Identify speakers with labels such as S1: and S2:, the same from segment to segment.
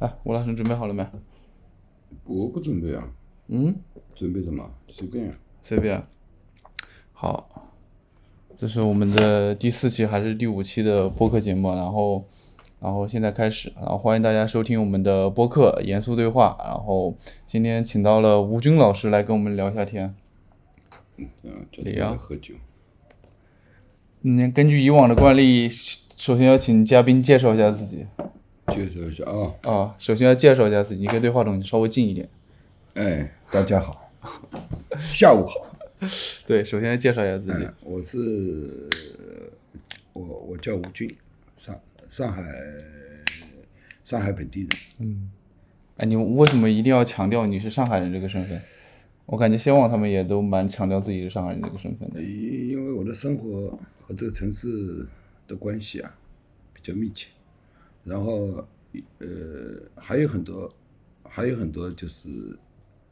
S1: 哎，吴老师，你准备好了没？
S2: 我不准备啊，
S1: 嗯，
S2: 准备什么？随便啊。
S1: 随便。好，这是我们的第四期还是第五期的播客节目，然后，然后现在开始，然后欢迎大家收听我们的播客《严肃对话》，然后今天请到了吴军老师来跟我们聊一下天。
S2: 嗯，就
S1: 李
S2: 是
S1: 阳
S2: 喝酒。
S1: 嗯，根据以往的惯例，首先要请嘉宾介绍一下自己
S2: 介绍一下啊，
S1: 啊，首先要介绍一下自己，你可以对话筒稍微近一点。
S2: 哎，大家好， 下午好。
S1: 对，首先要介绍一下自己。
S2: 嗯我是我我叫吴军，上上海上海本地人。
S1: 哎，你为什么一定要强调你是上海人这个身份？我感觉先王他们也都蛮强调自己是上海人这个身份的。
S2: 因因为我的生活和这个城市的关系啊比较密切，然后呃还有很多，还有很多就是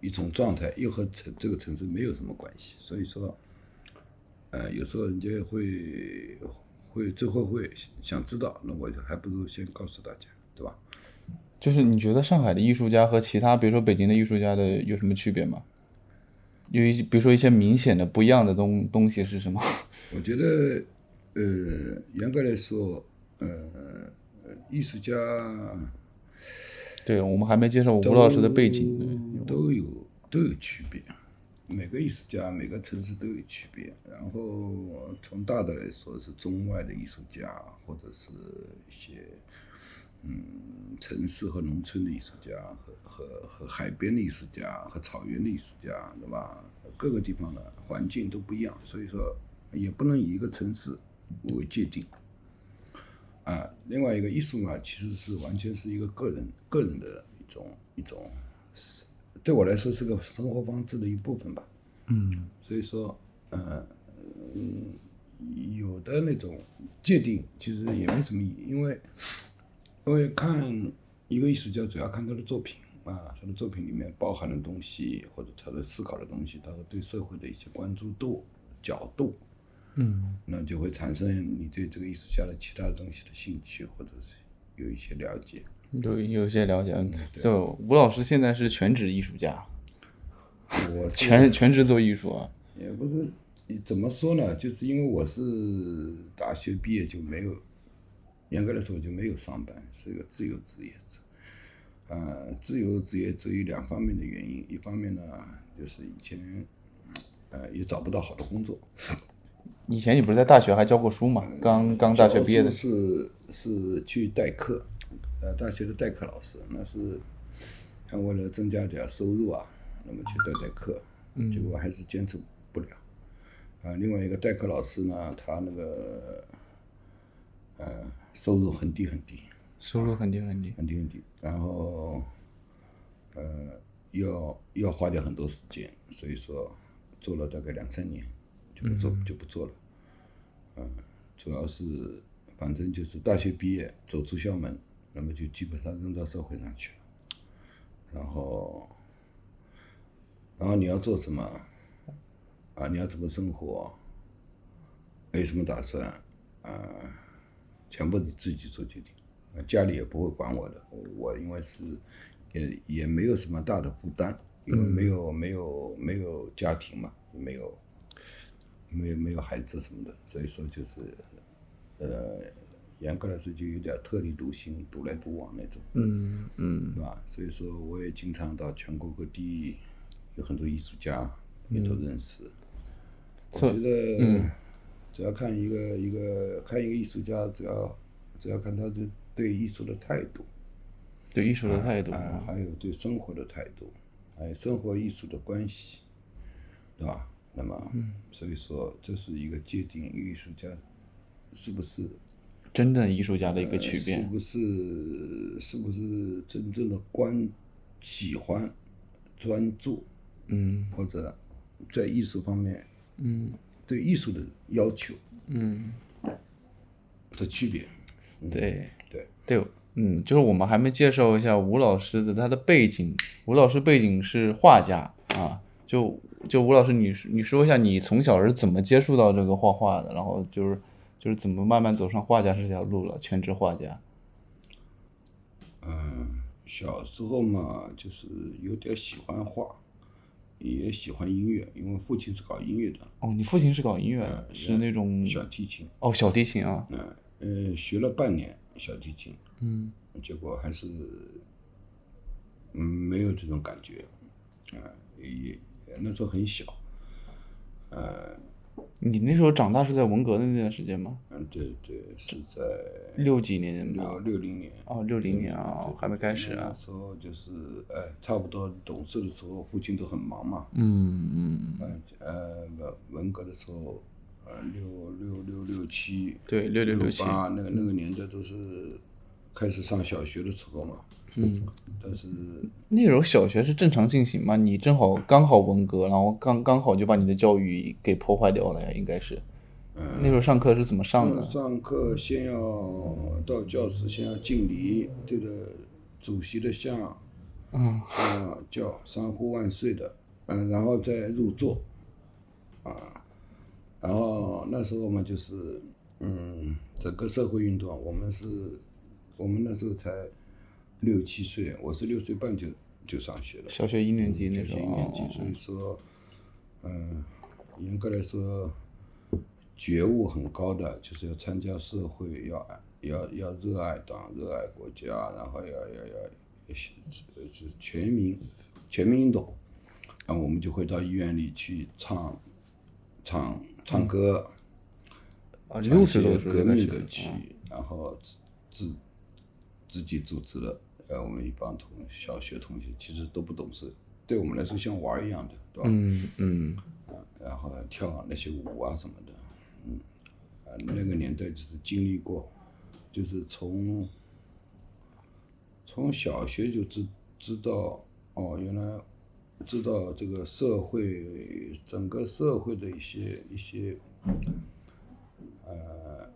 S2: 一种状态，又和城这个城市没有什么关系，所以说，呃有时候人家会会最后会想知道，那我就还不如先告诉大家，对吧？
S1: 就是你觉得上海的艺术家和其他，比如说北京的艺术家的有什么区别吗？有一些，比如说一些明显的不一样的东东西是什么？
S2: 我觉得，呃，严格来说，呃，呃艺术家。
S1: 对我们还没介绍吴老师的背景。对
S2: 都有都有区别，每个艺术家每个城市都有区别。然后从大的来说是中外的艺术家，或者是一些嗯城市和农村的艺术家，和和和海边的艺术家，和草原的艺术家，对吧？各个地方的环境都不一样，所以说也不能以一个城市为界定。啊，另外一个艺术嘛，其实是完全是一个个人个人的一种一种，是对我来说是个生活方式的一部分吧。嗯，所以说，呃，嗯，有的那种界定其实也没什么意义，因为因为看一个艺术家主要看他的作品啊，他的作品里面包含的东西或者他的思考的东西，他对社会的一些关注度角度，那就会产生你对这个艺术家的其他的东西的兴趣，或者是有一些了解。
S1: 有有一些了解，嗯就吴老师现在是全职艺术家，
S2: 我是
S1: 全全职做艺术啊。
S2: 也不是怎么说呢，就是因为我是大学毕业就没有，严格来说我就没有上班，是一个自由职业者。呃，自由职业者有两方面的原因，一方面呢就是以前呃也找不到好的工作，
S1: 以前你不是在大学还教过书嘛？刚刚大学毕业的
S2: 教书是是去代课，呃，大学的代课老师，那是他为了增加点收入啊，那么去代代课，
S1: 嗯
S2: 结果还是坚持不了。啊、另外一个代课老师呢，他那个呃收入很低很低，
S1: 收入很低很低。
S2: 很低很低，然后呃要要花掉很多时间，所以说做了大概两三年就不做、就不做了。嗯、主要是反正就是大学毕业走出校门，那么就基本上扔到社会上去了。然后，然后你要做什么？啊，你要怎么生活？没什么打算？啊，全部你自己做决定。啊，家里也不会管我的，我我因为是也也没有什么大的负担，因
S1: 嗯
S2: 为没有、没有没有家庭嘛，没有没有没有孩子什么的，所以说就是呃，严格来说就有点特立独行、独来独往那种，
S1: 嗯嗯
S2: 是吧？所以说我也经常到全国各地，有很多艺术家也
S1: 嗯
S2: 都认识。我
S1: 所
S2: 觉得，只要看一个一个看一个艺术家，只要只要看他对对艺术的态度，
S1: 对艺术的态度。
S2: 啊，还有对生活的态度，还有生活艺术的关系，对吧？那么，所以说这是一个界定艺术家是不是
S1: 真正艺术家的一个区
S2: 是
S1: 别。
S2: 不是是不是真正的关喜欢专注
S1: 嗯
S2: 或者在艺术方面
S1: 嗯
S2: 对艺术的要求
S1: 嗯，
S2: 的区别？
S1: 对
S2: 对，
S1: 对，嗯，就是我们还没介绍一下吴老师的他的背景。吴老师背景是画家啊，就就吴老师你，你说一下你从小是怎么接触到这个画画的，然后就是就是怎么慢慢走上画家这条路了，全职画家。
S2: 嗯，小时候嘛，就是有点喜欢画，也喜欢音乐，因为父亲是搞音乐的，
S1: 哦，你父亲是搞音乐的，
S2: 嗯
S1: 是那种
S2: 小提琴。
S1: 哦小提琴啊，
S2: 嗯，呃，学了半年小提琴，
S1: 嗯，
S2: 结果还是，嗯，没有这种感觉，啊、也那时候很小，呃，
S1: 你那时候长大是在文革的那段时间吗？
S2: 嗯，对对，是在
S1: 六几年
S2: 六
S1: 吗？
S2: 六零年，
S1: 哦，六零年啊
S2: 对，
S1: 还没开始
S2: 那
S1: 啊。
S2: 时候就是，哎，差不多懂事的时候，父亲都很忙嘛，
S1: 嗯嗯，
S2: 嗯，呃，文文革的时候，呃，六六六六七，
S1: 对，六六六七，
S2: 八那个那个年代都是开始上小学的时候嘛，
S1: 嗯，
S2: 但是
S1: 那时候小学是正常进行吗？你正好刚好文革，然后刚刚好就把你的教育给破坏掉了呀，应该是。那时候上课是怎么上的？
S2: 嗯上课先要到教室，先要敬礼，对着主席的像，啊、
S1: 嗯，
S2: 叫三呼万岁的，嗯、然后再入座，啊，然后那时候嘛就是，嗯，整个社会运动，啊我们是，我们那时候才六七岁，我是六岁半就就上学了，
S1: 小学一年级那
S2: 就
S1: 时
S2: 是
S1: 候
S2: 一年级，所
S1: 哦，
S2: 以说，嗯，严格来说，觉悟很高的，就是要参加社会，要爱，要要热爱党，热爱国家，然后要要要，要是就是全民全民运动，然后我们就会到医院里去唱唱
S1: 嗯
S2: 唱歌，
S1: 啊，
S2: 唱
S1: 六
S2: 一
S1: 岁多
S2: 些
S1: 的时候
S2: 革
S1: 就开
S2: 命
S1: 始
S2: 歌
S1: 了
S2: 曲
S1: 啊，
S2: 然后自自自己组织了，呃，我们一帮同小学同学其实都不懂事，对我们来说像玩儿一样的，对吧？
S1: 嗯嗯，
S2: 然后跳那些舞啊什么的，嗯，啊，那个年代就是经历过，就是从从小学就知知道哦，原来知道这个社会整个社会的一些一些呃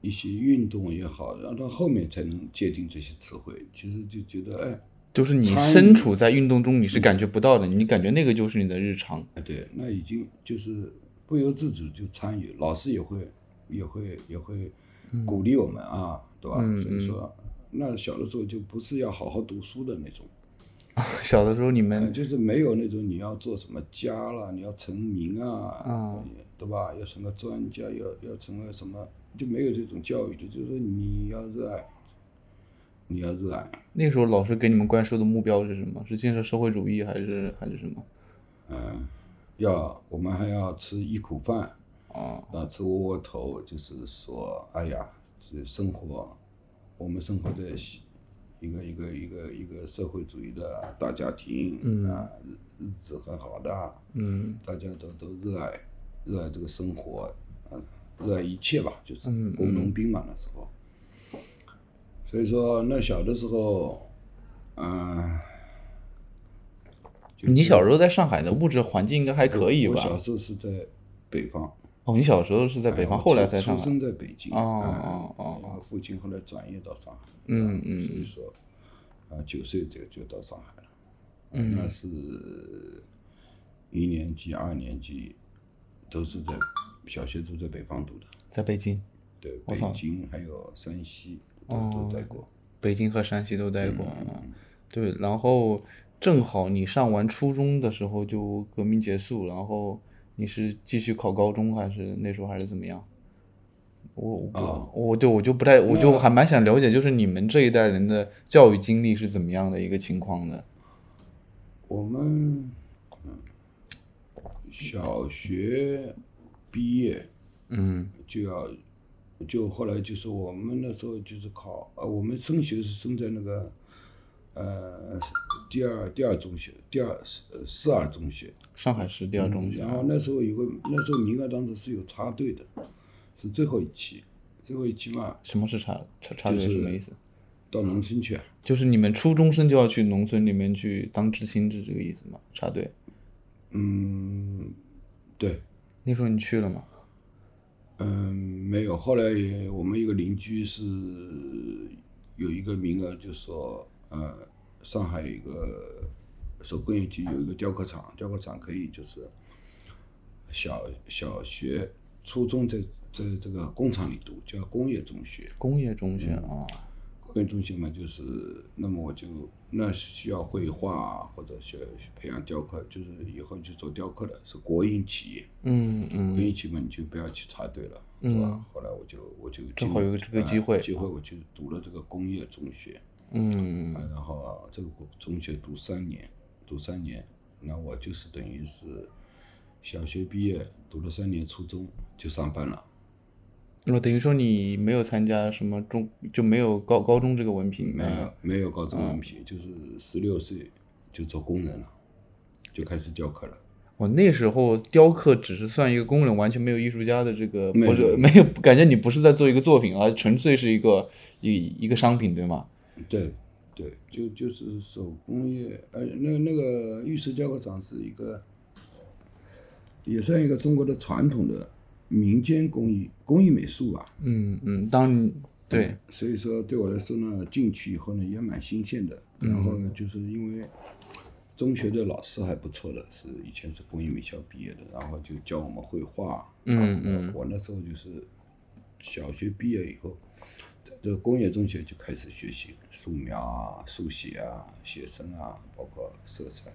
S2: 一些运动也好，然后到后面才能界定这些词汇，其实就觉得哎。
S1: 就是你
S2: 参与
S1: 身处在运动中，你是感觉不到的，你感觉那个就是你的日常。
S2: 啊，对，那已经就是不由自主就参与，老师也会也会也会鼓励我们啊，对吧？
S1: 嗯
S2: 所以
S1: 嗯
S2: 说，那小的时候就不是要好好读书的那种，
S1: 小的时候你
S2: 呃
S1: 们
S2: 就是没有那种你要做什么家啦，你要成名啊，
S1: 嗯
S2: 对吧？要成个专家，要要成为什么，就没有这种教育的，就是说你要热爱，你要热爱，
S1: 那时候老师给你们灌输的目标是什么？是建设社会主义还是还是什么？
S2: 嗯，要我们还要吃一口饭，
S1: 啊，
S2: 啊，吃窝窝头，就是说，哎呀，这生活，我们生活在一个一个一个一个社会主义的大家庭，
S1: 嗯
S2: 啊，日日子很好的，
S1: 嗯
S2: 大家都都热爱热爱这个生活，啊，热爱一切吧，就是
S1: 嗯
S2: 工农兵嘛那时候。所以说，那小的时候，嗯、就
S1: 你
S2: 是
S1: 小时候在上海的物质环境应该还可以
S2: 我
S1: 吧？
S2: 小时候是在北方。
S1: 哦，你小时候是在北
S2: 哎
S1: 方，
S2: 我
S1: 后来
S2: 出
S1: 才上
S2: 出
S1: 海。
S2: 生在北京，
S1: 哦
S2: 哎
S1: 哦哦
S2: 然后父亲后来转业到上海，
S1: 嗯
S2: 啊
S1: 嗯
S2: 所以说，啊，九岁就就到上海了，嗯，那是一年级、二年级都是在小学都在北方读的，
S1: 在北京，
S2: 对，
S1: 我
S2: 北
S1: 操
S2: 京还有山西都
S1: 哦
S2: 都待过，
S1: 北京和山西都待过啊。对，然后正好你上完初中的时候就革命结束，然后你是继续考高中还是那时候还是怎么样？我我不、
S2: 哦
S1: 我对我就不太，我就还蛮想了解，就是你们这一代人的教育经历是怎么样的一个情况的？
S2: 我们嗯小学毕业，
S1: 嗯
S2: 就要，就后来就是我们那时候就是考，呃，我们升学是升在那个，呃，第二第二中学，第二呃四二中学，，
S1: 上海市第二中学
S2: 然
S1: 啊，
S2: 后那时候有个那时候名额当中是有插队的，是最后一期，最后一期嘛，
S1: 什么是插插插队
S2: 就是
S1: 什么意思？
S2: 到农村去啊，
S1: 就是你们初中生就要去农村里面去当知青是这个意思吗？插队
S2: 嗯，对，
S1: 那时候你去了吗？
S2: 嗯，没有。后来也我们一个邻居是有一个名额，就说呃，上海有一个手工业局有一个雕刻厂，雕刻厂可以就是小小学、初中在在这个工厂里读，叫工业中学。
S1: 工业中学啊、
S2: 更中心嘛，就是那么我就那是需要绘画或者需要培养雕刻，就是以后去做雕刻的，是国营企业，
S1: 嗯
S2: 国
S1: 嗯
S2: 营企业嘛你就不要去插队了，
S1: 嗯
S2: 对吧？后来我就我就
S1: 正好有这个机会
S2: 啊机会我去读了这个工业中学，
S1: 嗯
S2: 啊，然后啊这个中学读三年，读三年，那我就是等于是小学毕业读了三年初中就上班了。
S1: 那哦么等于说你没有参加什么中，就没有高高中这个文凭，
S2: 没有
S1: 嗯，
S2: 没有高中文凭，就是十六岁就做工人了，就开始教课了。
S1: 我哦那时候雕刻只是算一个工人，完全没有艺术家的这个，
S2: 没有
S1: 不是 没有，感觉你不是在做一个作品，而纯粹是一个一一个商品，对吗？
S2: 对，对，就就是手工业，呃，那那个玉石雕刻厂是一个，也算一个中国的传统的民间工艺工艺美术吧。
S1: 嗯嗯，当对，
S2: 所以说对我来说呢，进去以后呢也蛮新鲜的。然后就是因为中学的老师还不错的，是以前是工艺美校毕业的，然后就教我们绘画。
S1: 嗯嗯
S2: 啊我那时候就是小学毕业以后，在这个工业中学就开始学习素描啊、速写啊、写生啊，包括色彩。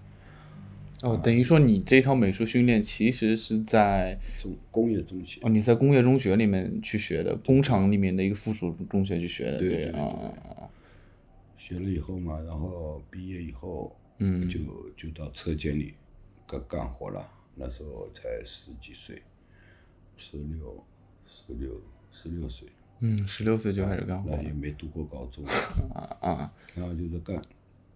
S1: 哦，等于说你这套美术训练其实是在
S2: 中工业中学
S1: 哦，你在工业中学里面去学的，工厂里面的一个附属中学去学的，
S2: 对对
S1: 啊啊啊
S2: 学了以后嘛，然后毕业以后，
S1: 嗯
S2: 就就到车间里干干活了。那时候才十几岁，十六、十六、十六岁，
S1: 嗯，十六岁就开始干活
S2: 那
S1: 了
S2: 也没读过高 中。
S1: 啊啊，
S2: 然后就是干，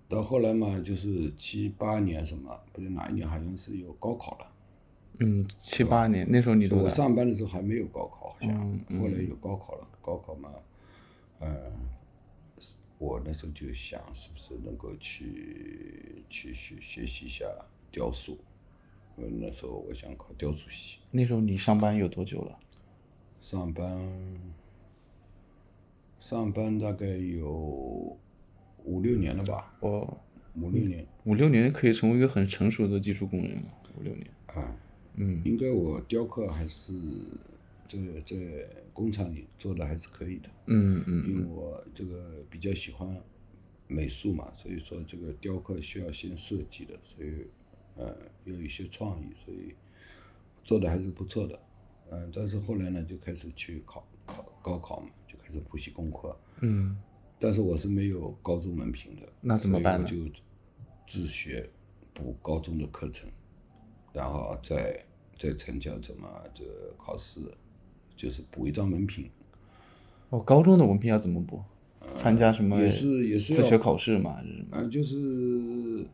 S2: 到后来嘛，就是七八年什么，不是哪一年好像是有高考了。
S1: 嗯，七八年那时候你多
S2: 我
S1: 大？
S2: 上班的时候还没有高考，好像、
S1: 嗯嗯
S2: 后来有高考了。高考嘛，呃，我那时候就想是不是能够去去去学习一下雕塑，因为那时候我想考雕塑系。
S1: 那时候你上班有多久了？
S2: 上班，上班大概有五六年了吧，
S1: 我
S2: 五六年。
S1: 五六年可以成为一个很成熟的技术工人了，五六年。
S2: 啊，
S1: 嗯
S2: 应该我雕刻还是在在工厂里做的还是可以的，
S1: 嗯嗯
S2: 因为我这个比较喜欢美术嘛，所以说这个雕刻需要先设计的，所以呃要有一些创意，所以做的还是不错的。嗯、但是后来呢，就开始去考考高考嘛，就开始补习功课。
S1: 嗯，
S2: 但是我是没有高中文凭的，
S1: 那怎么办呢
S2: 所以我就自学补高中的课程，然后再再参加怎么这考试，就是补一张文凭，
S1: 哦，高中的文凭要怎么补？参加什么？
S2: 也是也是
S1: 自
S2: 要
S1: 学考试嘛，还是什么
S2: 啊、就是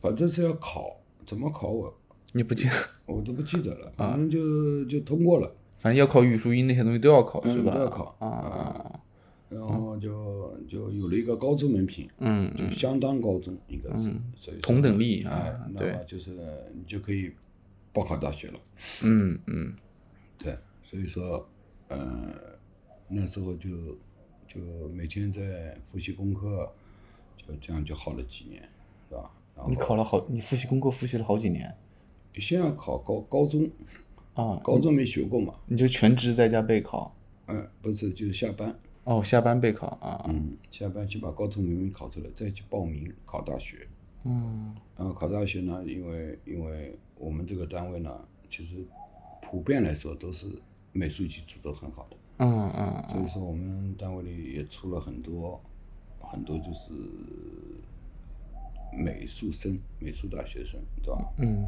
S2: 反正是要考，怎么考我
S1: 你不记得？
S2: 我都不记得了，反正就
S1: 啊
S2: 就通过了，
S1: 反正要考语数英那些东西都要考，
S2: 嗯
S1: 是吧？
S2: 都要考
S1: 啊
S2: 啊
S1: 啊，
S2: 然后就就有了一个高中文凭，
S1: 嗯
S2: 就相当高中应该是，所以说
S1: 同等力
S2: 哎
S1: 啊，
S2: 那
S1: 对
S2: 么就是你就可以报考大学了。
S1: 嗯嗯
S2: 对，所以说，呃，那时候就就每天在复习功课，就这样就耗了几年，是吧？然后
S1: 你考了好，你复习功课复习了好几年
S2: 先要考高高中，
S1: 啊，
S2: 高中没学过嘛，
S1: 你就全职在家备考。
S2: 嗯、不是就是下班，
S1: 哦，下班备考啊，
S2: 嗯，下班先把高中明明考出来，再去报名考大学。
S1: 嗯
S2: 然后考大学呢，因为因为我们这个单位呢，其实普遍来说都是美术基础都很好的，
S1: 嗯嗯
S2: 所以说我们单位里也出了很多很多就是美术生、美术大学生，对吧？
S1: 嗯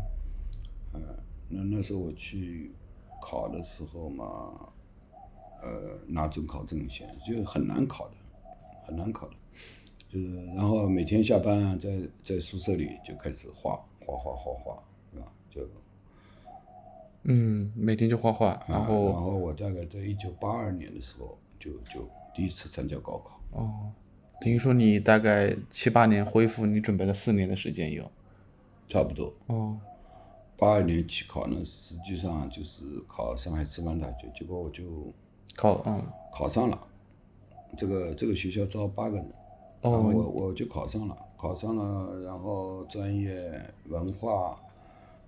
S2: 呃那那时候我去考的时候嘛，呃，拿准考证先，就很难考的，很难考的。就是，然后每天下班啊在在宿舍里就开始画画画画画，是吧？就
S1: 嗯，每天就画画，然
S2: 啊、然
S1: 后
S2: 后我大概在一九八二年的时候就就第一次参加高考，
S1: 哦，等于说你大概七八年恢复，你准备了四年的时间有。
S2: 差不多
S1: 哦，
S2: 八二年去考呢，实际上就是考上海师范大学，结果我就
S1: 考嗯
S2: 考上了。这个这个学校招八个人，然后
S1: 哦
S2: 我我就考上了，考上了，然后专业文化，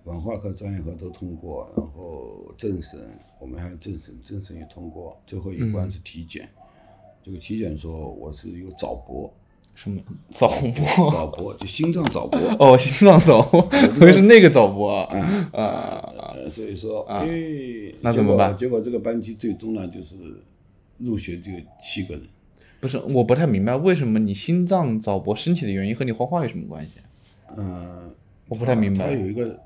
S2: 文化课专业课都通过，然
S1: 嗯
S2: 后政审，我们还有政审，政审也通过，最后一关是体检，这个起点说我是有早搏，
S1: 什么早搏？，
S2: 早搏就心脏早搏
S1: 哦，心脏早搏，我以为是那个早搏啊。
S2: 呃所以说，哎，
S1: 那
S2: 结
S1: 怎么
S2: 果
S1: 办
S2: 结果这个班级最终呢，就是入学就七个人，
S1: 不是，我不太明白为什么你心脏早搏升起的原因和你画画有什么关系？啊
S2: 嗯，
S1: 我不太明白
S2: 它有一个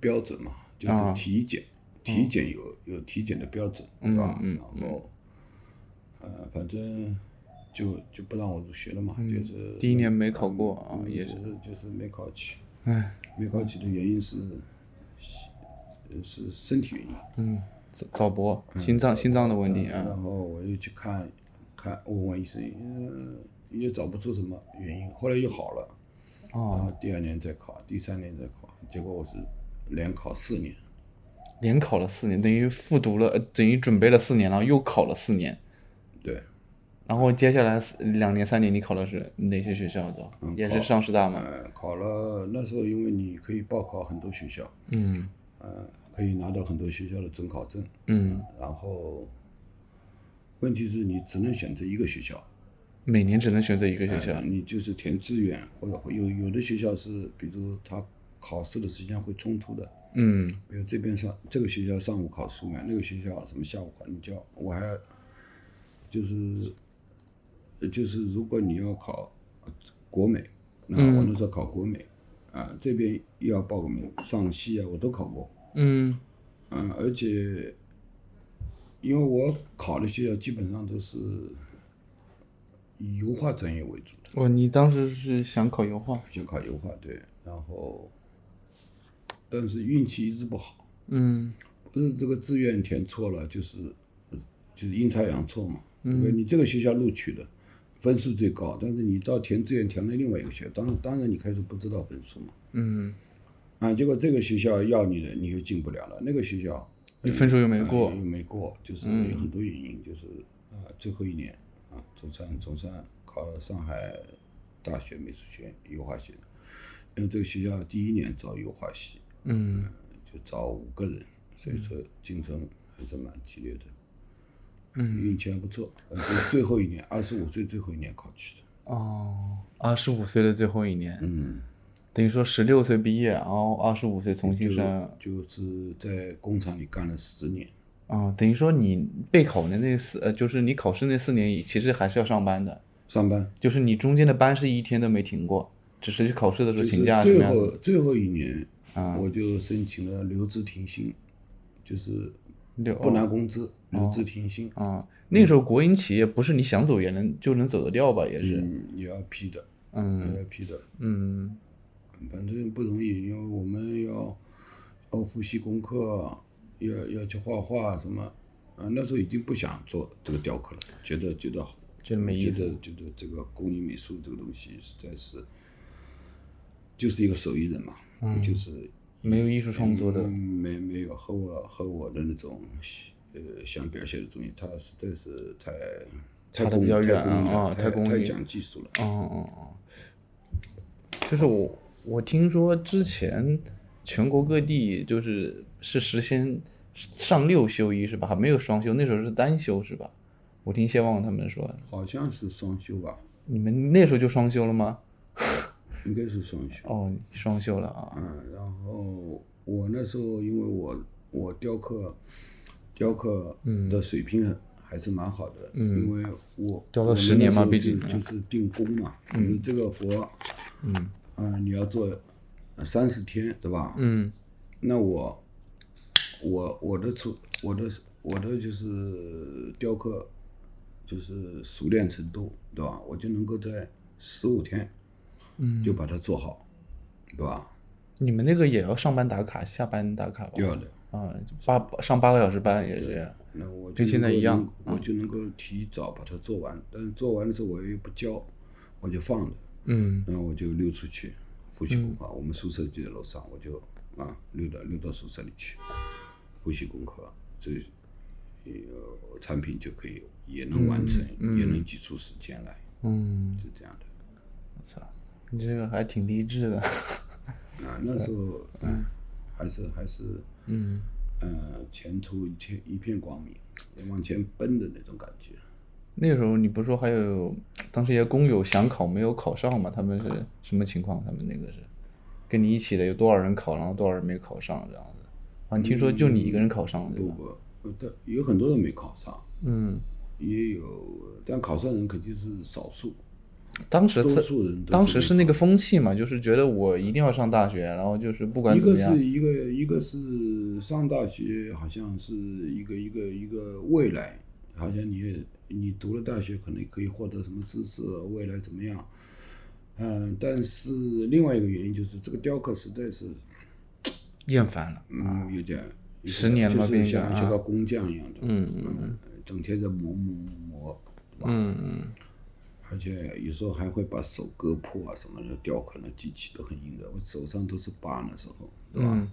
S2: 标准嘛，就
S1: 啊
S2: 是体检，体检有有体检的标准，是吧？
S1: 嗯
S2: 然后，呃，反正就就不让我入学了嘛，就是
S1: 嗯第一年没考过啊，
S2: 嗯
S1: 也，
S2: 就是就是没考取，
S1: 唉，
S2: 没考取的原因是呃是身体原因，
S1: 嗯，早早搏，心脏心脏的问题啊，
S2: 然后我又去看看问问医生，嗯，也找不出什么原因，后来又好了。然
S1: 哦，
S2: 后第二年再考，第三年再考，结果我是连考四年，
S1: 连考了四年，等于复读了，呃等于准备了四年，然后又考了四年，
S2: 对，
S1: 然后接下来四两年三年你考的是哪些学校的？也是上师大嘛？
S2: 呃，考了那时候因为你可以报考很多学校，
S1: 嗯
S2: 呃，可以拿到很多学校的准考证，
S1: 嗯，
S2: 然后问题是你只能选择一个学校，
S1: 每年只能选择一个学校
S2: 呃，你就是填志愿或者会有有的学校是，比如他考试的时间会冲突的，
S1: 嗯
S2: 比如这边上这个学校上午考素描，那个学校什么下午考，你就要我还要就是呃就是如果你要考国美，那我那时候考国美、啊，这边又要报个名，上戏啊我都考过，
S1: 嗯
S2: 嗯、而且因为我考的学校基本上都是以油画专业为主的，
S1: 哇，你当时是想考油画？
S2: 想考油画对，然后但是运气一直不好。
S1: 嗯
S2: 不是这个志愿填错了，就是呃就是阴差阳错嘛。嗯，你这个学校录取了，分数最高，但是你到填志愿填了另外一个学校，当当然你开始不知道分数嘛。
S1: 嗯，
S2: 啊，结果这个学校要你的，你又进不了了；那个学校
S1: 你分数又没
S2: 呃
S1: 过嗯
S2: 又，没过，就是有很多原因，就是啊、最后一年啊，总算总算考了上海大学美术学院油画系，因为这个学校第一年招油画系，
S1: 嗯
S2: 就招五个人，所以说竞争还是蛮激烈的，
S1: 嗯。
S2: 运气还不错。呃，就最后一年，二十五岁最后一年考取的。
S1: 哦，二十五岁的最后一年，
S2: 嗯，
S1: 等于说十六岁毕业，然后二十五岁重新
S2: 就
S1: 升，
S2: 嗯就是在工厂里干了十年，
S1: 啊、等于说你备考的那四，呃，就是你考试那四年，其实还是要上班的，
S2: 上班。
S1: 就是你中间的班是一天都没停过，只是去考试的时候
S2: 就是
S1: 请假什么
S2: 最
S1: 样
S2: 后
S1: 的。
S2: 最后一年，
S1: 啊
S2: 我就申请了留职停薪，就是
S1: 六
S2: 不拿工资，留职停薪。
S1: 哦啊，那时候国营企业不是你想走也能就能走得掉吧？也是，
S2: 嗯，也要批的，也
S1: 嗯
S2: 要批的。
S1: 嗯
S2: 反正不容易，因为我们要要复习功课，要要去画画什么，啊，那时候已经不想做这个雕刻了，觉得觉得
S1: 觉得没意思
S2: 觉得觉得这个工艺美术这个东西实在是就是一个手艺人嘛，就是
S1: 没有艺术嗯创作的，
S2: 嗯没没有和我和我的那种呃想表现的东西，他实在是太
S1: 差
S2: 太
S1: 得
S2: 工
S1: 比较
S2: 太
S1: 远
S2: 工
S1: 啊
S2: 艺了
S1: 啊太
S2: 太
S1: 工
S2: 太
S1: 艺
S2: 讲技术了，
S1: 哦哦哦，就是我我听说之前全国各地就是是实行上六休一是吧？还没有双休，那时候是单休是吧？我听谢旺他们说，
S2: 好像是双休吧，
S1: 你们那时候就双休了吗？
S2: 应该是双休。
S1: 哦，双休了啊，
S2: 嗯，然后我那时候因为我我雕刻雕刻的水平很还是蛮好的，
S1: 嗯
S2: 因为我
S1: 雕了
S2: 我们
S1: 10年嘛
S2: 那时候
S1: 毕竟啊
S2: 就就是定工嘛，嗯，这个佛，
S1: 嗯
S2: 嗯，你要做三十天，对吧？
S1: 嗯
S2: 那我我我的出我的我的就是雕刻就是熟练程度，对吧？我就能够在十五天
S1: 嗯，
S2: 就把它做好，对吧？
S1: 你们那个也要上班打卡，下班打卡吧？
S2: 要的。
S1: 啊，八上八个小时班也是，
S2: 那我就
S1: 跟现在
S2: 能够
S1: 一样嗯
S2: 能我就能够提早把它做完。但是做完的时候我又不交，我就放着，
S1: 嗯
S2: 然后我就溜出去复习功课。我们宿舍就在楼上，我就啊溜到溜到宿舍里去复习功课，这呃产品就可以也能完成，也能挤出时间来，
S1: 嗯，
S2: 是这样的。
S1: 我操，你这个还挺励志的，
S2: 啊，那时候嗯还是还是
S1: 嗯。
S2: 呃前途一片一片光明，往前奔的那种感觉。
S1: 那时候你不是说还有当时一些工友想考没有考上嘛？他们是什么情况？他们那个是跟你一起的有多少人考，然后多少人没考上这样子？啊，你听说就你一个人考上了、对
S2: 不
S1: 吧？
S2: 不，呃但有很多人没考上，
S1: 嗯，
S2: 也有，但考上人肯定是少数，
S1: 当时
S2: 多
S1: 他
S2: 数人都
S1: 当
S2: 是
S1: 时
S2: 没
S1: 是那个风气嘛，就是觉得我一定要上大学，然后就是不管
S2: 一
S1: 怎
S2: 个
S1: 么样
S2: 是，一个一个是上大学，好像是一个一个一个未来，好像你也你读了大学可能可以获得什么知识，未来怎么样？嗯，但是另外一个原因就是这个雕刻实在是，
S1: 厌烦了。
S2: 嗯，有点有
S1: 啊十
S2: 点
S1: 年了
S2: 就
S1: 嘛
S2: 是
S1: 变一个
S2: 像像
S1: 啊
S2: 个工匠一样的，
S1: 嗯嗯
S2: 嗯，整天在磨磨磨，
S1: 嗯嗯，
S2: 而且有时候还会把手割破啊什么的，雕刻那机器都很硬的，我手上都是疤那时候，对吧？
S1: 嗯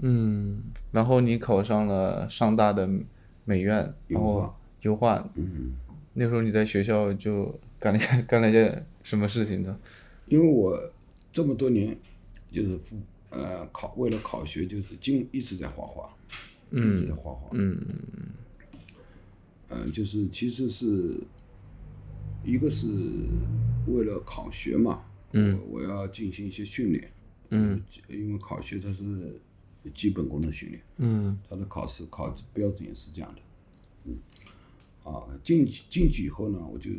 S1: 嗯，然后你考上了上大的美院，然
S2: 油
S1: 后
S2: 画
S1: 油画，
S2: 嗯
S1: 那时候你在学校就干了一些 干了一些什么事情呢？
S2: 因为我这么多年就是复呃考为了考学，就是经一直在画画，一直在画画，
S1: 嗯
S2: 嗯、就是其实是一个是为了考学嘛，
S1: 嗯
S2: 我，我要进行一些训练，
S1: 嗯
S2: 因为考学它是基本功的训练，
S1: 嗯
S2: 它的考试考标准也是这样的，嗯，啊，进去进去以后呢，我就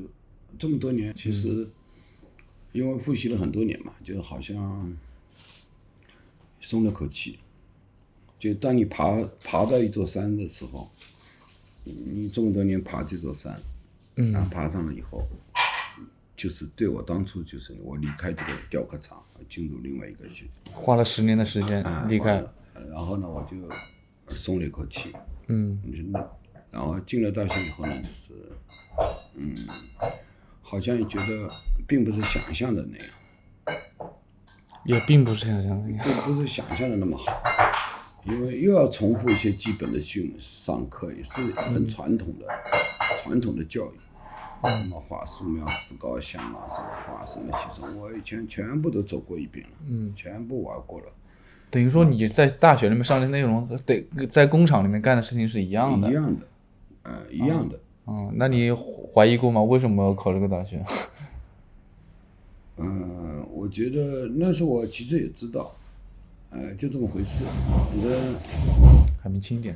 S2: 这么多年，其实因为复习了很多年嘛，就好像松了口气。就当你爬爬到一座山的时候，你这么多年爬这座山，
S1: 嗯
S2: 啊，爬上了以后，就是对我当初就是我离开这个雕刻厂，进入另外一个学
S1: 花了十年的时间
S2: 啊，
S1: 离开
S2: 完，了呃然后呢，我就松了一口气。
S1: 嗯
S2: 嗯然后进了大学以后呢，就是，嗯，好像也觉得并不是想象的那样，
S1: 也并不是想象的那样，
S2: 并不是想象的那么好，因为又要重复一些基本的训上课，也是
S1: 嗯
S2: 很传统的、传统的教育，什么画素描、石膏像啊，什么画什么系统，我以前全部都走过一遍了，
S1: 嗯，
S2: 全部玩过了，
S1: 等于说
S2: 嗯
S1: 你在大学里面上的内容和得在工厂里面干的事情是一样
S2: 一
S1: 的。
S2: 样的，呃，一样的，
S1: 嗯，那你怀疑过吗？为什么要考这个大学？
S2: 嗯，我觉得那时候我其实也知道，呃，就这么回事。反正
S1: 还没轻一点。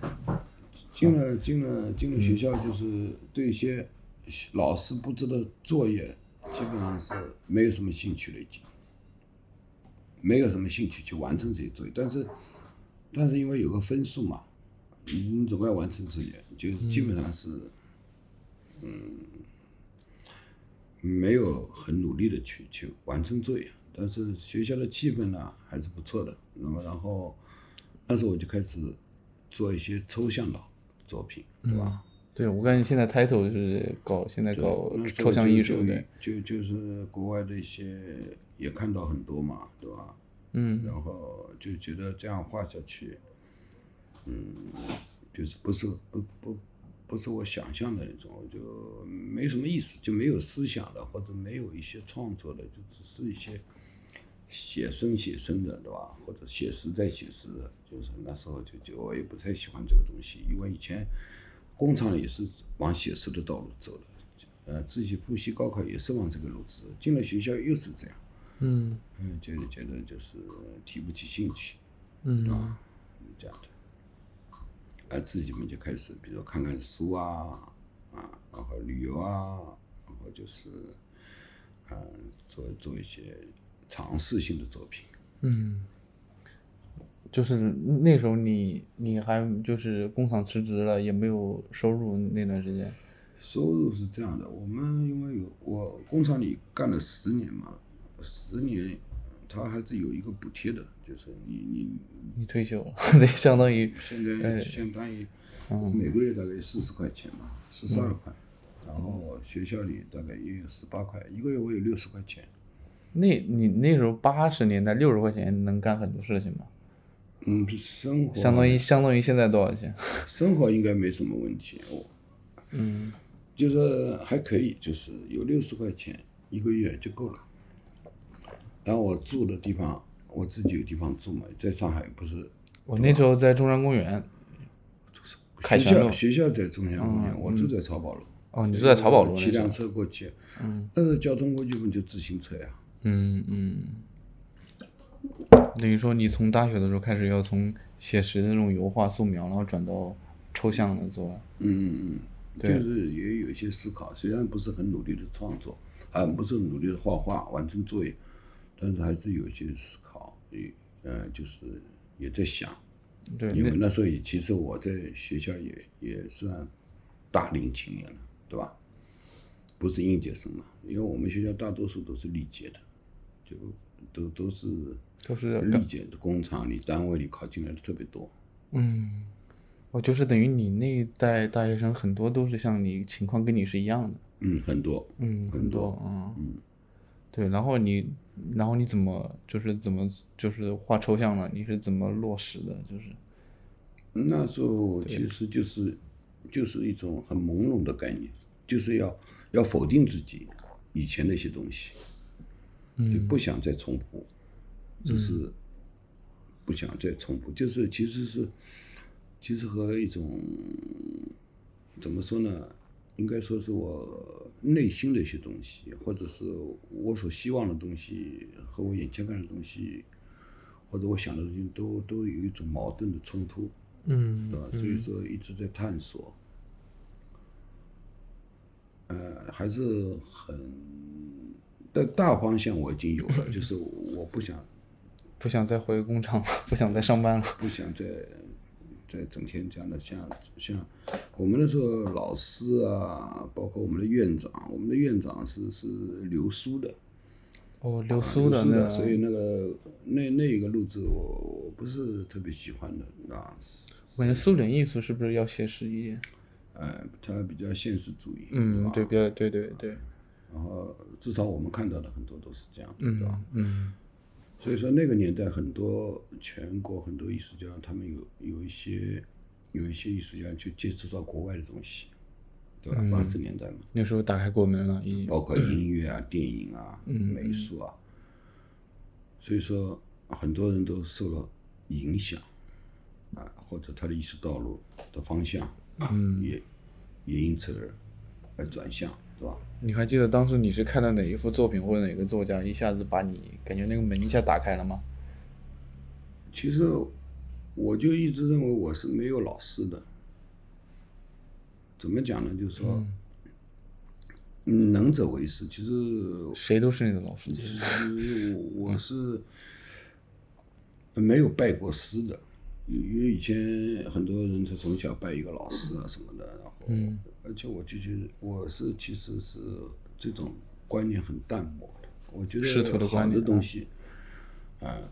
S2: 进了进了进了学校，就是对一些老师布置的作业，基本上是没有什么兴趣了，已经没有什么兴趣去完成这些作业。但是，但是因为有个分数嘛，你总要完成作业，就基本上是，嗯，没有很努力的去去完成作业。但是学校的气氛呢还是不错的。那么然后，那时候我就开始做一些抽象的作品，
S1: 嗯
S2: 对吧？
S1: 对，我感觉现在 title 就是搞现在搞
S2: 那时
S1: 抽
S2: 候
S1: 象艺
S2: 就
S1: 术的，
S2: 就就是国外的一些也看到很多嘛，对吧？
S1: 嗯
S2: 然后就觉得这样画下去，嗯，就是不是不不不是我想象的那种，我就没什么意思，就没有思想的，或者没有一些创作的，就只是一些写生写生的，对吧？或者写实在写实的，就是那时候就就我也不太喜欢这个东西，因为以前工厂也是往写实的道路走的。呃，自己复习高考也是往这个路子走，进了学校又是这样，
S1: 嗯
S2: 嗯，觉得觉得就是提不起兴趣，
S1: 嗯
S2: 这样的。啊，自己们就开始，比如说看看书啊，啊，然后旅游啊，然后就是，嗯、做做一些尝试性的作品。
S1: 嗯，就是那时候你你还就是工厂辞职了，也没有收入那段时间，
S2: 收入是这样的，我们因为有我工厂里干了十年嘛，十年，他还是有一个补贴的，就是你你
S1: 你退休了， 对，相当于
S2: 现
S1: 哎
S2: 在相当于
S1: 嗯
S2: 每个月大概四十块钱嘛，四十二块，然后学校里大概也有十八块，一个月我有六十块钱。
S1: 那你那时候八十年代六十块钱能干很多事情吗？
S2: 嗯，生活
S1: 相当于相当于现在多少钱？
S2: 生活应该没什么问题，我
S1: 嗯
S2: 就是还可以，就是有六十块钱一个月就够了。然后我住的地方，我自己有地方住嘛，在上海不是
S1: 我那时候在中山公园，凯
S2: 学
S1: 旋路
S2: 校学校在中山公园，我住在漕宝路。
S1: 哦，你住在漕宝路那
S2: 骑
S1: 是
S2: 辆
S1: 吧？
S2: 车过去。嗯，那时候交通工具不就自行车呀？
S1: 嗯嗯。等于说你从大学的时候开始要从写实的那种油画素描，然后转到抽象的做了。
S2: 嗯，嗯嗯，
S1: 对
S2: 就是也有一些思考，虽然不是很努力的创作，啊，不是很努力的画画完成作业，但是还是有一些思考，也呃，就是也在想，
S1: 对，
S2: 因为
S1: 那
S2: 那时候也其实我在学校也也算大龄青年了，对吧？不是应届生了，因为我们学校大多数都是历届的，就都都是
S1: 都是
S2: 历届的工厂里、单位里考进来的特别多。
S1: 嗯，我就是等于你那一代大学生很多都是像你情况跟你是一样的。
S2: 嗯，很多，
S1: 嗯，
S2: 很
S1: 很
S2: 多
S1: 多啊，嗯，对，然后你，然后你怎么就是怎么就是画抽象了？你是怎么落实的？就是，
S2: 那时候其实就是就是一种很朦胧的概念，就是要要否定自己以前的一些东西，就
S1: 嗯
S2: 不想再重复，就是不想再重复，就是其实是其实和一种怎么说呢？应该说是我内心的一些东西，或者是我所希望的东西和我眼前看的东西，或者我想的东西都都有一种矛盾的冲突。
S1: 嗯
S2: 对啊吧？所以说一直在探索，呃，还是很，但大方向我已经有 了，就是我不想
S1: 不想再回工厂了，不想再上班了。
S2: 不想再再整天这样的像像我们那时候老师啊，包括我们的院长，我们的院长是是留苏的，
S1: 哦，流苏
S2: 苏
S1: 的那
S2: 啊的，所以那个那那个路子我我不是特别喜欢的啊，
S1: 我感觉苏联艺术是不是要写实一点？
S2: 呃，他比较现实主义，
S1: 嗯，
S2: 吧
S1: 对，比较对对对，
S2: 然后至少我们看到的很多都是这样的，对吧？
S1: 嗯嗯
S2: 所以说那个年代，很多全国很多艺术家，他们有有一些有一些艺术家去接触到国外的东西，对
S1: 嗯
S2: 吧？八十、年代嘛，
S1: 那时候打开国门了，已经
S2: 包括音乐啊、电影啊、
S1: 嗯
S2: 美术啊，所以说很多人都受了影响啊，或者他的艺术道路的方向，嗯，也也因此而而转向，对吧？
S1: 你还记得当时你是看到哪一幅作品或者哪个作家，一下子把你感觉那个门一下打开了吗？
S2: 其实我就一直认为我是没有老师的。怎么讲呢？就是说，嗯，能者为师。其实，
S1: 谁都是你的老师，其
S2: 其
S1: 实。
S2: 实我我 是没有拜过师的，因为以前很多人他从小拜一个老师啊什么的，然后，
S1: 嗯
S2: 而且我就觉得我是其实是这种观念很淡漠的。我觉得
S1: 师徒的观
S2: 好
S1: 念
S2: 的
S1: 啊
S2: 东西，呃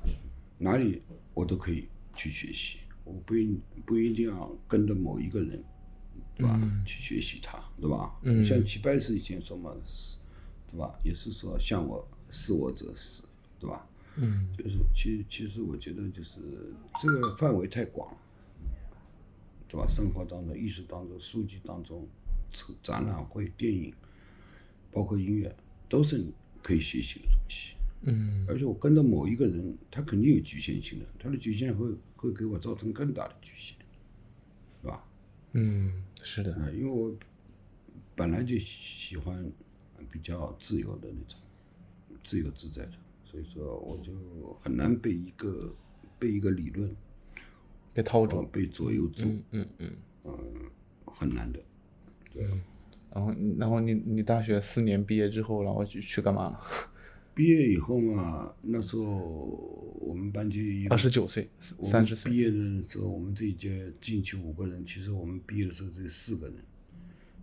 S2: 哪里我都可以去学习，我不一不一定要跟着某一个人，对吧？去学习他，对吧？
S1: 嗯
S2: 像齐白石以前说嘛，是对吧？也是说向我是我者死，对吧？
S1: 嗯
S2: 就是其其实我觉得就是这个范围太广，对吧？生活当中、艺术当中、书籍当中、出展览会、电影，包括音乐，都是你可以学习的东西。
S1: 嗯
S2: 而且我跟着某一个人，他肯定有局限性的，他的局限会会给我造成更大的局限，是吧？
S1: 嗯，是的。
S2: 嗯，因为我本来就喜欢比较自由的那种，自由自在的，所以说我就很难被一个被一个理论
S1: 被套住
S2: 呃。被左右住，
S1: 嗯嗯。
S2: 很难的。
S1: 然后你，然后你，你大学四年毕业之后，然后去去干嘛了？
S2: 毕业以后嘛，那时候我们班级有
S1: 二十九岁，
S2: 我
S1: 三
S2: 们
S1: 十岁。
S2: 毕业的时候，我们这一届进去五个人，其实我们毕业的时候只有四个人，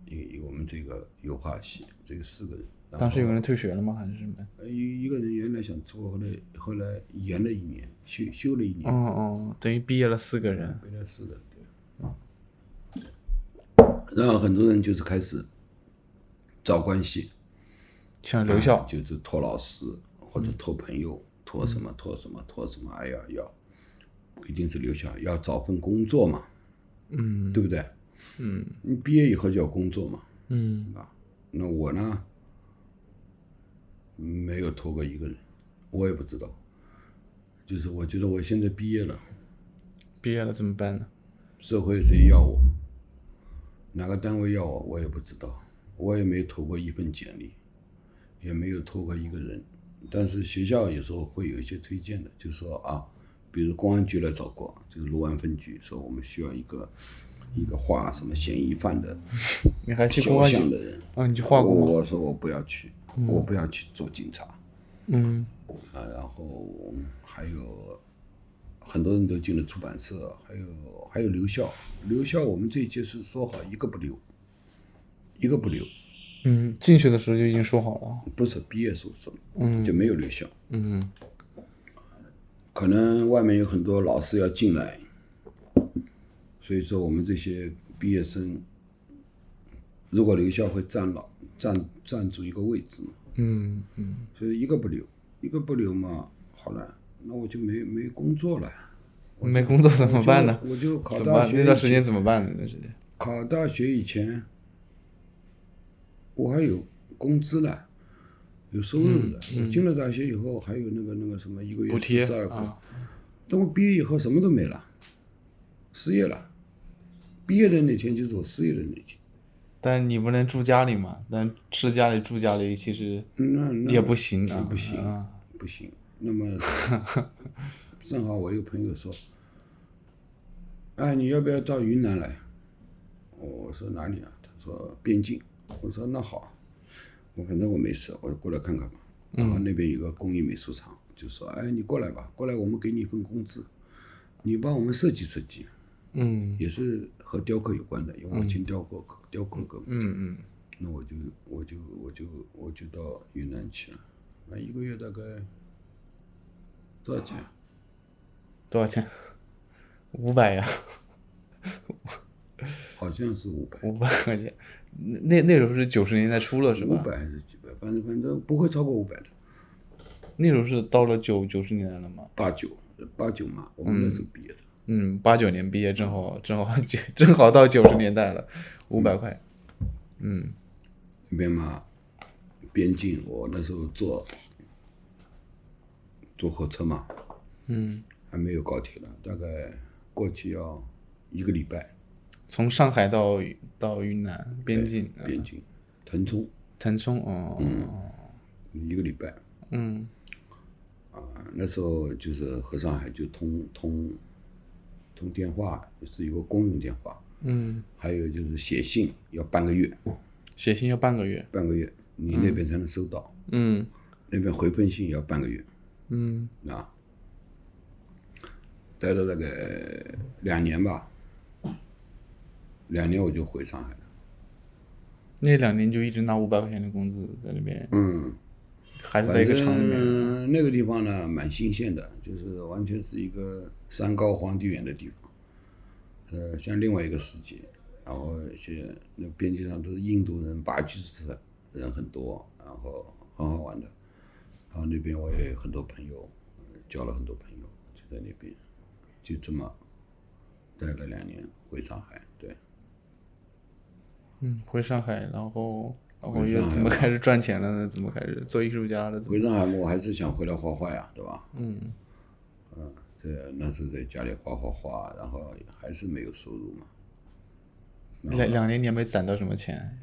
S2: 有有我们这个油画系只有四个人。然后
S1: 当时有人退学了吗？还是什么？
S2: 呃一一个人原来想做，后来后来延了一年，休休了一年，
S1: 哦哦，等于毕业了四个人。
S2: 本来是的，对。然后很多人就是开始找关系，啊
S1: 想留校。
S2: 就是托老师或者托朋友，托什
S1: 嗯
S2: 么托什么托什么，哎呀要，不一定是留校，要找份工作嘛，
S1: 嗯
S2: 对不对？
S1: 嗯
S2: 你毕业以后就要工作嘛，
S1: 嗯
S2: 啊，那我呢，没有拖过一个人，我也不知道，就是我觉得我现在毕业了，
S1: 毕业了怎么办呢？
S2: 社会谁要我，哪个单位要我，我也不知道，我也没投过一份简历，也没有投过一个人。但是学校有时候会有一些推荐的，就说啊，比如公安局来找过，就是卢湾分局说我们需要一个一个画什么嫌疑犯的
S1: 你还去公
S2: 肖
S1: 安
S2: 像的
S1: 局？
S2: 人。
S1: 啊，你去画过吗？
S2: 我我说我不要去，我不要去做警察
S1: 嗯
S2: 啊。然后还有很多人都进了出版社，还有还有留校，留校我们这一届是说好一个不留，一个不留，
S1: 嗯，进去的时候就已经说好了。啊
S2: 不是毕业时候说
S1: 嗯
S2: 就没有留校。
S1: 嗯
S2: 可能外面有很多老师要进来，所以说我们这些毕业生如果留校会占老占占住一个位置嘛。
S1: 嗯嗯
S2: 所以一个不留，一个不留嘛，好了，那我就没没工作了，
S1: 没工作怎么办呢？
S2: 我就考
S1: 怎么
S2: 大
S1: 办？
S2: 学
S1: 那
S2: 以
S1: 段时
S2: 前，
S1: 间怎么办呢？那是
S2: 考大学以前，我还有工资呢，有收入的。我进了大学以后，还有那个那个什么一个月
S1: 嗯补贴
S2: 十二块。
S1: 啊。
S2: 等我毕业以后，什么都没了，失业了。毕业的那天就是我失业的那天。
S1: 但你不能住家里嘛？但吃家里住家里其实
S2: 那那
S1: 也不行啊，
S2: 不行
S1: 啊。
S2: 不行。那么正好我一个朋友说，哎，你要不要到云南来？我说哪里啊？他说边境。我说那好，啊我反正我没事，我就过来看看吧。然后那边有个工艺美术厂，就说哎，你过来吧，过来我们给你一份工资，你帮我们设计设计，
S1: 嗯
S2: 也是和雕刻有关的，因为我以前雕刻雕刻过。
S1: 嗯嗯
S2: 那我就我就我就我就到云南去了，那一个月大概多少钱？啊
S1: 多少钱？五百呀，
S2: 好像是五百，
S1: 五百块钱。那那那时候是九十年代初了是
S2: 五
S1: 吧？
S2: 百还是几百？反正反正不会超过五百的，
S1: 那时候是到了九九十年代了嘛？
S2: 八九八九嘛，我们那时候毕业的。
S1: 嗯，八九年毕业，正好正 好九正好到九十年代了，五百块。嗯
S2: 那边嘛，边境我那时候坐坐火车嘛，
S1: 嗯，
S2: 还没有高铁呢，大概过去要一个礼拜
S1: 从上海到到云南边境，嗯
S2: 边境，嗯腾冲
S1: 腾冲哦，哦
S2: 一个礼拜。
S1: 嗯
S2: 啊，那时候就是和上海就通通通电话，就是有个公用电话，
S1: 嗯，
S2: 还有就是写信要半个月，
S1: 写信要半个月。
S2: 半个月你那边才能收到，
S1: 嗯
S2: 那边回封信要半个月
S1: 嗯
S2: 啊，待了大概两年吧，两年我就回上海了。
S1: 那两年就一直拿五百块钱的工资在那边，
S2: 嗯，
S1: 还是
S2: 反
S1: 在一个厂里面。
S2: 正那个地方呢，蛮新鲜的，就是完全是一个山高皇帝远的地方，呃，像另外一个世界。然后是那边界上都是印度人、巴基斯坦人很多，然后很好玩的。然后那边我也有很多朋友，呃交了很多朋友，就在那边，就这么待了两年，回上海。对，
S1: 嗯，回上海，然后然后
S2: 回上
S1: 又
S2: 海
S1: 怎么
S2: 了
S1: 开始赚钱了呢？怎么开始做艺术家了？怎么
S2: 回上海我还是想回来画画呀，对吧？
S1: 嗯
S2: 嗯，这那时候在家里画画画，然后还是没有收入嘛。
S1: 两两年你也没攒到什么钱，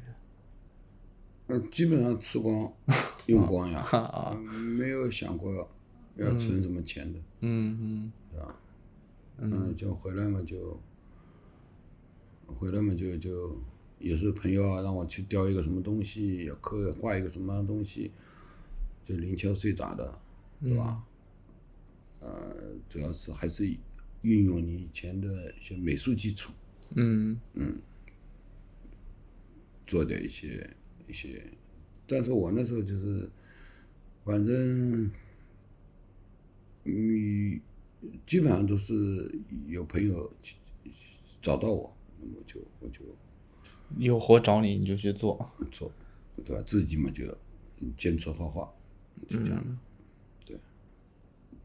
S2: 嗯，基本上吃光用光呀，
S1: 啊
S2: 嗯没有想过要存什么钱的，
S1: 嗯
S2: 对吧？嗯，就回来嘛，就回来嘛，就就也是朋友啊，让我去雕一个什么东西，要刻画一个什么东西，就零敲碎打的，
S1: 嗯
S2: 对吧？呃，主要是还是运用你以前的一些美术基础，
S1: 嗯嗯
S2: 做的一些一些，但是我那时候就是，反正，嗯，基本上都是有朋友去去找到我，那么我就我就
S1: 有活找你你就去做，
S2: 做，对吧？自己嘛就坚持画画，就这样的，对，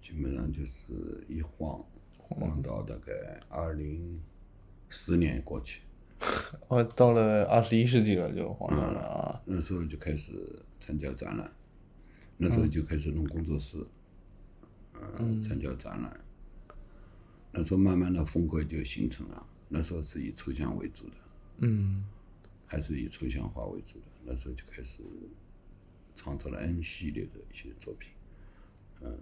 S2: 基本上就是一晃晃到大概二零十年过去，
S1: 哦，到了二十一世纪了就黄了啊，
S2: 那时候就开始参加展览，那时候就开始弄工作室，嗯，参加展览。那时候慢慢的风格就形成了，那时候是以抽象为主的，
S1: 嗯
S2: 还是以抽象画为主的。那时候就开始创作了 N 系列的一些作品，嗯，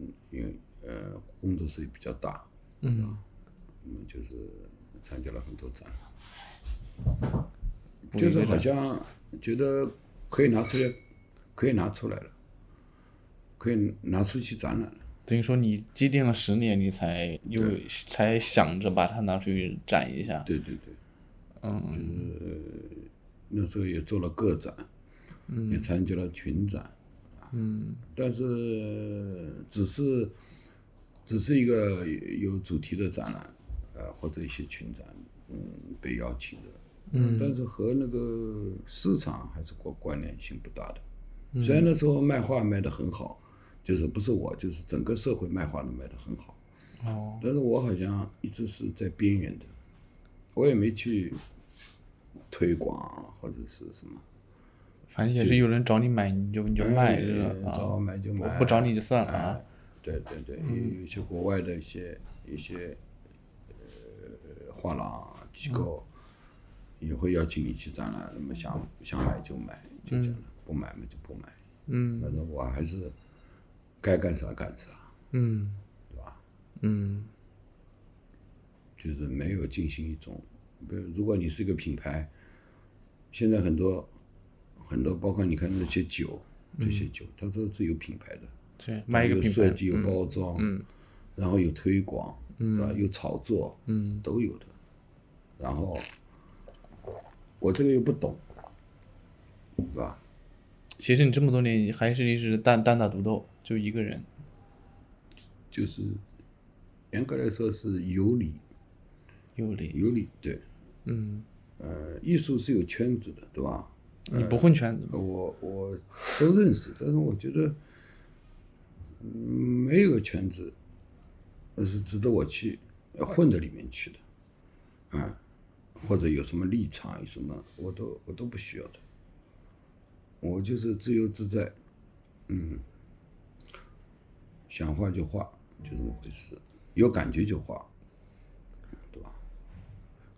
S2: 嗯，因为呃工作室也比较大，
S3: 嗯，
S2: 嗯，就是参加了很多展览。
S1: 不
S2: 就
S1: 一
S2: 是
S1: 个
S2: 好
S1: 展
S2: 像觉得可以拿出来，可以拿出来了，可以拿出去展览了。
S1: 等于说你积淀了十年，你才又才想着把它拿出去展一下。
S2: 对对对，
S1: 嗯，
S2: 那时候也做了个展，也参加了群展，
S3: 嗯，
S2: 但是只是只是一个有主题的展览，呃，或者一些群展，嗯，被邀请的。
S3: 嗯
S2: 但是和那个市场还是关关联性不大的。
S1: 嗯
S2: 虽然那时候卖画卖得很好，就是不是我，就是整个社会卖画都卖得很好，
S1: 哦，
S2: 但是我好像一直是在边缘的，我也没去推广啊或者是什么。
S1: 反正也是有人找你买，你就你就卖
S2: 哎
S1: 这个
S2: 找我
S1: 啊，
S2: 买就
S1: 不
S2: 买，
S1: 不找你就算了
S2: 哎
S1: 啊。
S2: 对对对，有一些国外的一些一些呃画廊机构也会邀请你去展览，那么想想买就买，就这样了，不买嘛就不买。
S3: 嗯
S2: 反正我还是该干啥干啥，
S3: 嗯
S2: 对吧？
S3: 嗯
S2: 就是没有进行一种，比如如果你是一个品牌，现在很多很多，包括你看那些酒，这些酒，它都是有品牌的。
S1: 对，卖一个
S2: 有
S1: 品
S2: 设
S1: 牌，嗯
S2: 计，有包装，然后有推广，嗯，吧？有炒作，嗯，都有的。然后我这个又不懂，对吧？
S1: 其实你这么多年还是一直单单打独斗，就一个人。
S2: 就是严格来说是有理，
S1: 有理，
S2: 有理，对，
S3: 嗯
S2: 呃，艺术是有圈子的，对吧？
S1: 你不混圈子吗？
S2: 我我都认识，但是我觉得，嗯，没有个圈子是值得我去呃混到里面去的，啊、或者有什么立场，有什么我都我都不需要的，我就是自由自在，嗯，想画就画，就这么回事，有感觉就画，对吧？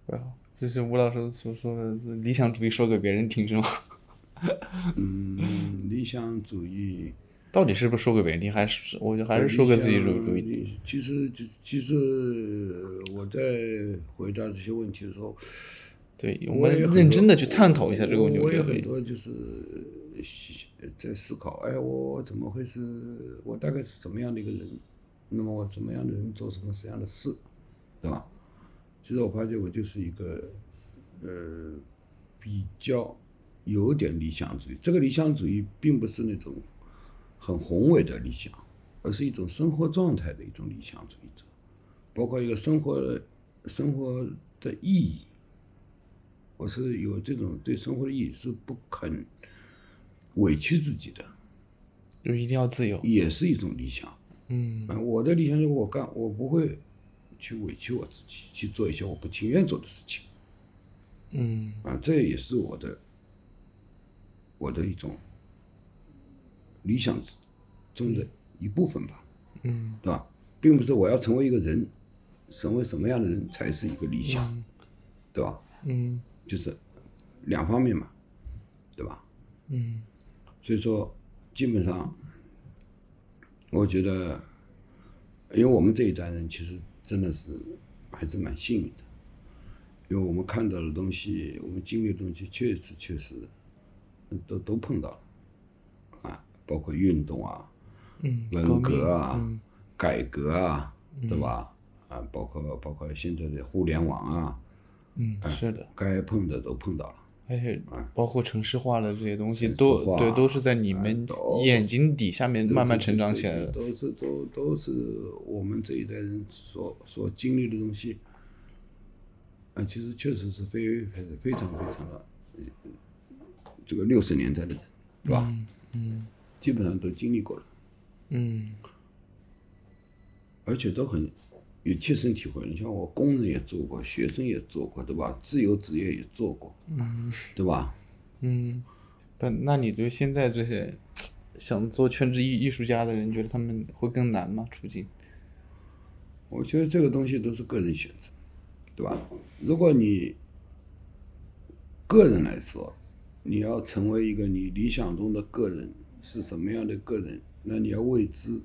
S1: 对啊，就是吴老师所说的理想主义，说给别人听是吗？
S2: 嗯，理想主义。
S1: 到底是不是说给别人听，还是我觉得还是说给自己主主义？
S2: 义。其实，其其实呃我在回答这些问题的时候，
S1: 对，我
S2: 我
S1: 们
S2: 也很
S1: 认
S2: 多
S1: 真的去探讨一下这个问题，
S2: 我
S1: 我
S2: 我
S1: 觉
S2: 也
S1: 得可
S2: 很
S1: 以。
S2: 多就是呃在思考，哎，我怎么会是我大概是怎么样的一个人？那么我怎么样的人做什么什么样的事，对吧？其实我发现我就是一个呃比较有点理想主义。这个理想主义并不是那种很宏伟的理想，而是一种生活状态的一种理想主义者，包括一个生活的生活的意义。我是有这种对生活的意义，是不肯委屈自己的，
S1: 就一定要自由。
S2: 也是一种理想。
S3: 嗯
S2: 嗯，我的理想是我干，我不会去委屈我自己，去做一些我不情愿做的事情。
S3: 嗯
S2: 啊，这也是我的我的一种理想中的一部分吧，
S3: 嗯
S2: 对吧？并不是我要成为一个人，成为什么样的人才是一个理想，对吧？
S3: 嗯
S2: 就是两方面嘛，对吧？
S3: 嗯
S2: 所以说，基本上，我觉得，因为我们这一代人其实真的是还是蛮幸运的，因为我们看到的东西，我们经历的东西，确实确实嗯都都碰到了，啊，包括运动啊、
S3: 嗯，
S2: 文革啊、
S3: 嗯
S2: 改革啊，对吧？啊，包括包括现在的互联网啊，
S3: 嗯
S1: 是的，
S2: 该碰的都碰到了。
S1: 而且
S2: 啊
S1: 包括城市化的这些东西
S2: 城市
S1: 都，
S2: 化
S1: 对，都是在你
S2: 啊
S1: 们
S2: 都
S1: 眼睛底下面
S2: 对
S1: 慢慢
S2: 对
S1: 成
S2: 对
S1: 长
S2: 对
S1: 起来
S2: 对
S1: 的。
S2: 都是都都是我们这一代人所所经历的东西，啊，其实确实是非非非常非常的，呃这个六十年代的人，对吧？嗯，基本上都经历过了，
S3: 嗯
S2: 而且都很有切身体会。你像我工人也做过，学生也做过，对吧？自由职业也做过，嗯，对吧？
S3: 嗯
S1: 但那你对现在这些想做全职艺艺术家的人，你觉得他们会更难吗？处境？
S2: 我觉得这个东西都是个人选择，对吧？如果你个人来说，你要成为一个你理想中的个人是什么样的个人，那你要为之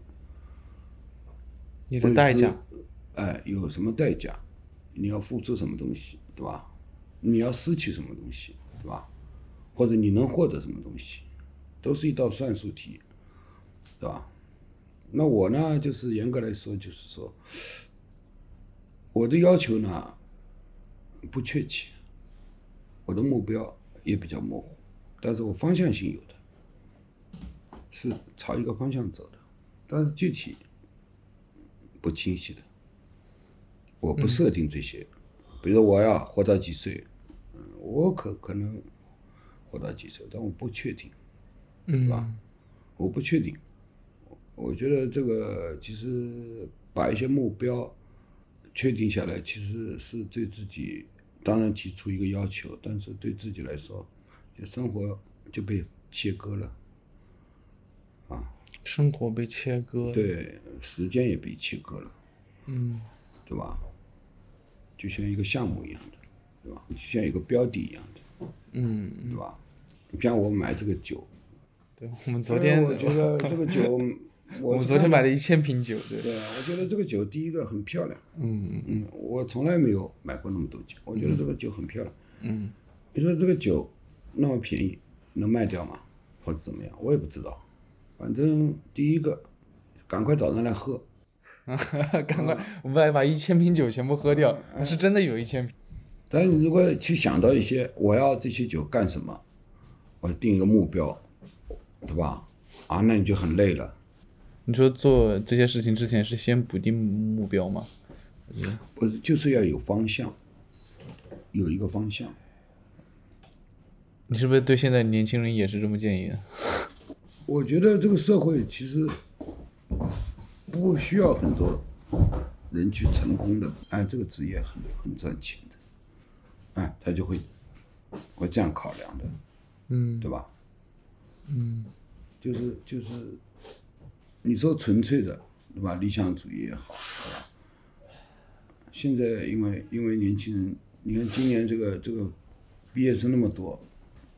S3: 你的代价，
S2: 哎，有什么代价？你要付出什么东西，对吧？你要失去什么东西，对吧？或者你能获得什么东西，都是一道算术题，对吧？那我呢，就是严格来说，就是说，我的要求呢不确切，我的目标也比较模糊，但是我方向性有的，是朝一个方向走的，但是具体不清晰的。我不设定这些，比如说我要活到几岁，嗯，我可可能活到几岁，但我不确定，
S3: 嗯
S2: 吧我不确定。我觉得这个其实把一些目标确定下来，其实是对自己，当然提出一个要求，但是对自己来说，就生活就被切割了，
S3: 生活被切割，，
S2: 对，时间也被切割了。
S3: 嗯
S2: 对吧？就像一个项目一样的，对吧？就像一个标的一样的，
S3: 嗯，
S2: 对吧？你像我买这个酒，
S3: 对，我们昨天，
S2: 我觉得这 个酒，
S3: 我
S2: 我
S3: 们
S2: 是
S3: 昨天
S2: 看嗯
S3: 买
S2: 了，
S3: 了一千瓶酒，对，
S2: 对，我觉得这个酒第一个很漂亮，
S3: 嗯
S2: 嗯，我从来没有买过那么多酒，我觉得这个酒很漂亮。
S3: 嗯
S2: 你说这个酒那么便宜，能卖掉吗？或者怎么样？我也不知道，反正第一个，赶快找人来喝，
S3: 赶快，我们把把一千瓶酒全部喝
S2: 嗯
S3: 掉，是真的有一千瓶，
S2: 但你如果去想到一些我要这些酒干什么，我定一个目标，对吧？啊，那你就很累了。
S1: 你说做这些事情之前是先不定目标吗？
S2: 不是，就是要有方向，有一个方向。
S1: 你是不是对现在年轻人也是这么建议的？啊
S2: 我觉得这个社会其实不需要很多人去成功的，哎，这个职业很很赚钱的，哎，他就会会这样考量的。
S3: 嗯
S2: 对吧？嗯，就是就是，你说纯粹的，对吧？理想主义也好，对吧？现在因为因为年轻人，你看今年这个这个毕业生那么多，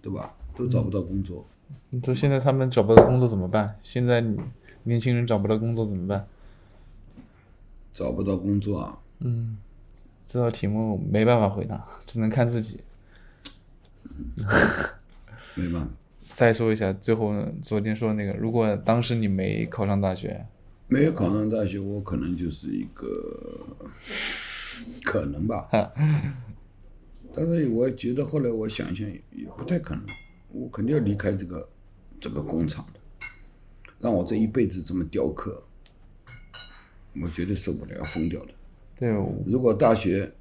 S2: 对吧？都找不到工作，
S1: 你说现在他们找不到工作怎么办？现在你年轻人找不到工作怎么办？
S2: 找不到工作啊，
S1: 这道题目没办法回答，只能看自己。
S2: 没办法，
S1: 再说一下，最后呢昨天说的那个，如果当时你没考上大学，
S2: 没有考上大学，我可能就是一个可能吧。但是我觉得后来我想想也也不太可能，我肯定要离开这个这个工厂的，让我这一辈子这么雕刻，我绝对受不了，要疯掉的。
S1: 对，我
S2: 如果大学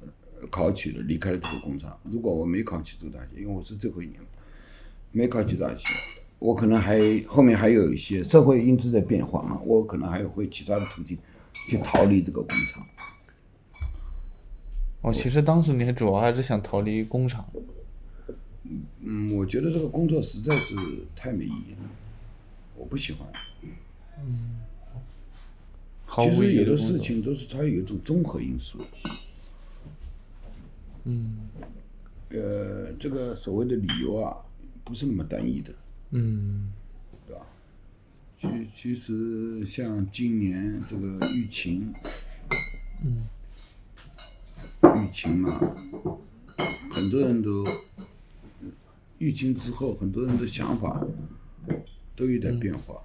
S2: 呃考取了，离开了这个工厂，如果我没考取这个大学，因为我是最后一年嘛，没考取大学，我可能还后面还有一些社会因素在变化嘛，我可能还有会其他的途径去逃离这个工厂。
S1: 我哦其实当时你还主要还是想逃离工厂，
S2: 嗯，我觉得这个工作实在是太没意义了，我不喜欢。
S1: 毫
S2: 其
S1: 无
S2: 实
S1: 意义
S2: 有的
S1: 工
S2: 事
S1: 作。
S2: 情都是它有一种综合因素。嗯。呃，这个所谓的理由啊，不是那么单一的。
S3: 嗯
S2: 其其实像今年这个疫情，嗯，疫情嘛，很多人都疫情之后，很多人的想法都有点变
S1: 嗯
S2: 化。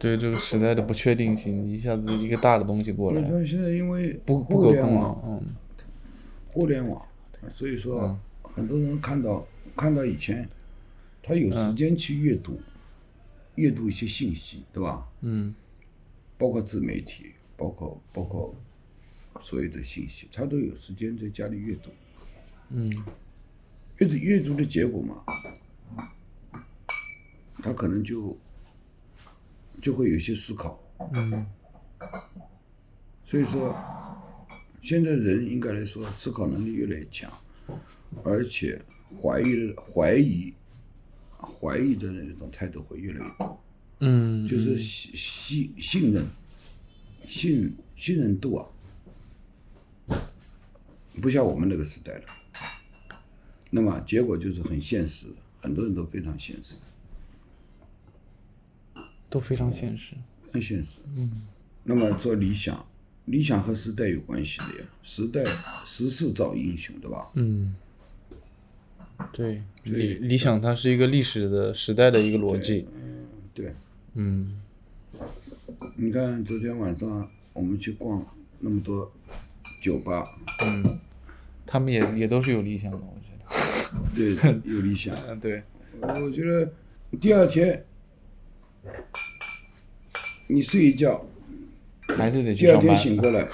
S1: 对这个时代的不确定性，一下子一个大的东西过
S2: 你
S1: 来，
S2: 看现在因为
S1: 不不
S2: 互
S1: 可
S2: 联
S1: 控
S2: 网
S1: 了，，嗯，
S2: 互联网，所以说很多人看到看到以前，他有时间去阅读，阅读一些信息，对吧？
S1: 嗯，
S2: 包括自媒体，包括包括所有的信息，他都有时间在家里阅读。嗯，阅读阅读的结果嘛，他可能就就会有一些思考。嗯，所以说，现在人应该来说思考能力越来越强，而且怀疑的怀疑怀疑的那种态度会越来越多。
S1: 嗯，
S2: 就是信信信任，信信任度啊，不像我们那个时代了。那么结果就是很现实，很多人都非常现实，
S1: 都非常现实。
S2: 很现实。嗯。那么做理想，理想和时代有关系的呀，时代时势造英雄，对吧？
S1: 嗯，对，
S2: 所
S1: 理
S2: 以
S1: 理想它是一个历史的时代的一个逻辑。
S2: 对。
S1: 嗯，
S2: 你看昨天晚上我们去逛那么多酒吧，
S1: 他们也也都是有理想的，我觉得。
S2: 对，有理想。
S1: 嗯，对，
S2: 我觉得第二天你睡一觉，
S1: 还是得去
S2: 第二
S1: 上
S2: 天
S1: 班。
S2: 醒过来，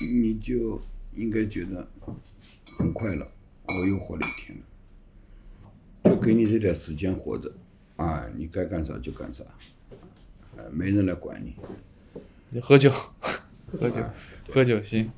S2: 你就应该觉得很快乐，我又活了一天了。就给你这点时间活着，啊，你该干啥就干啥，啊呃，没人来管你。
S1: 喝酒，喝酒，喝酒行。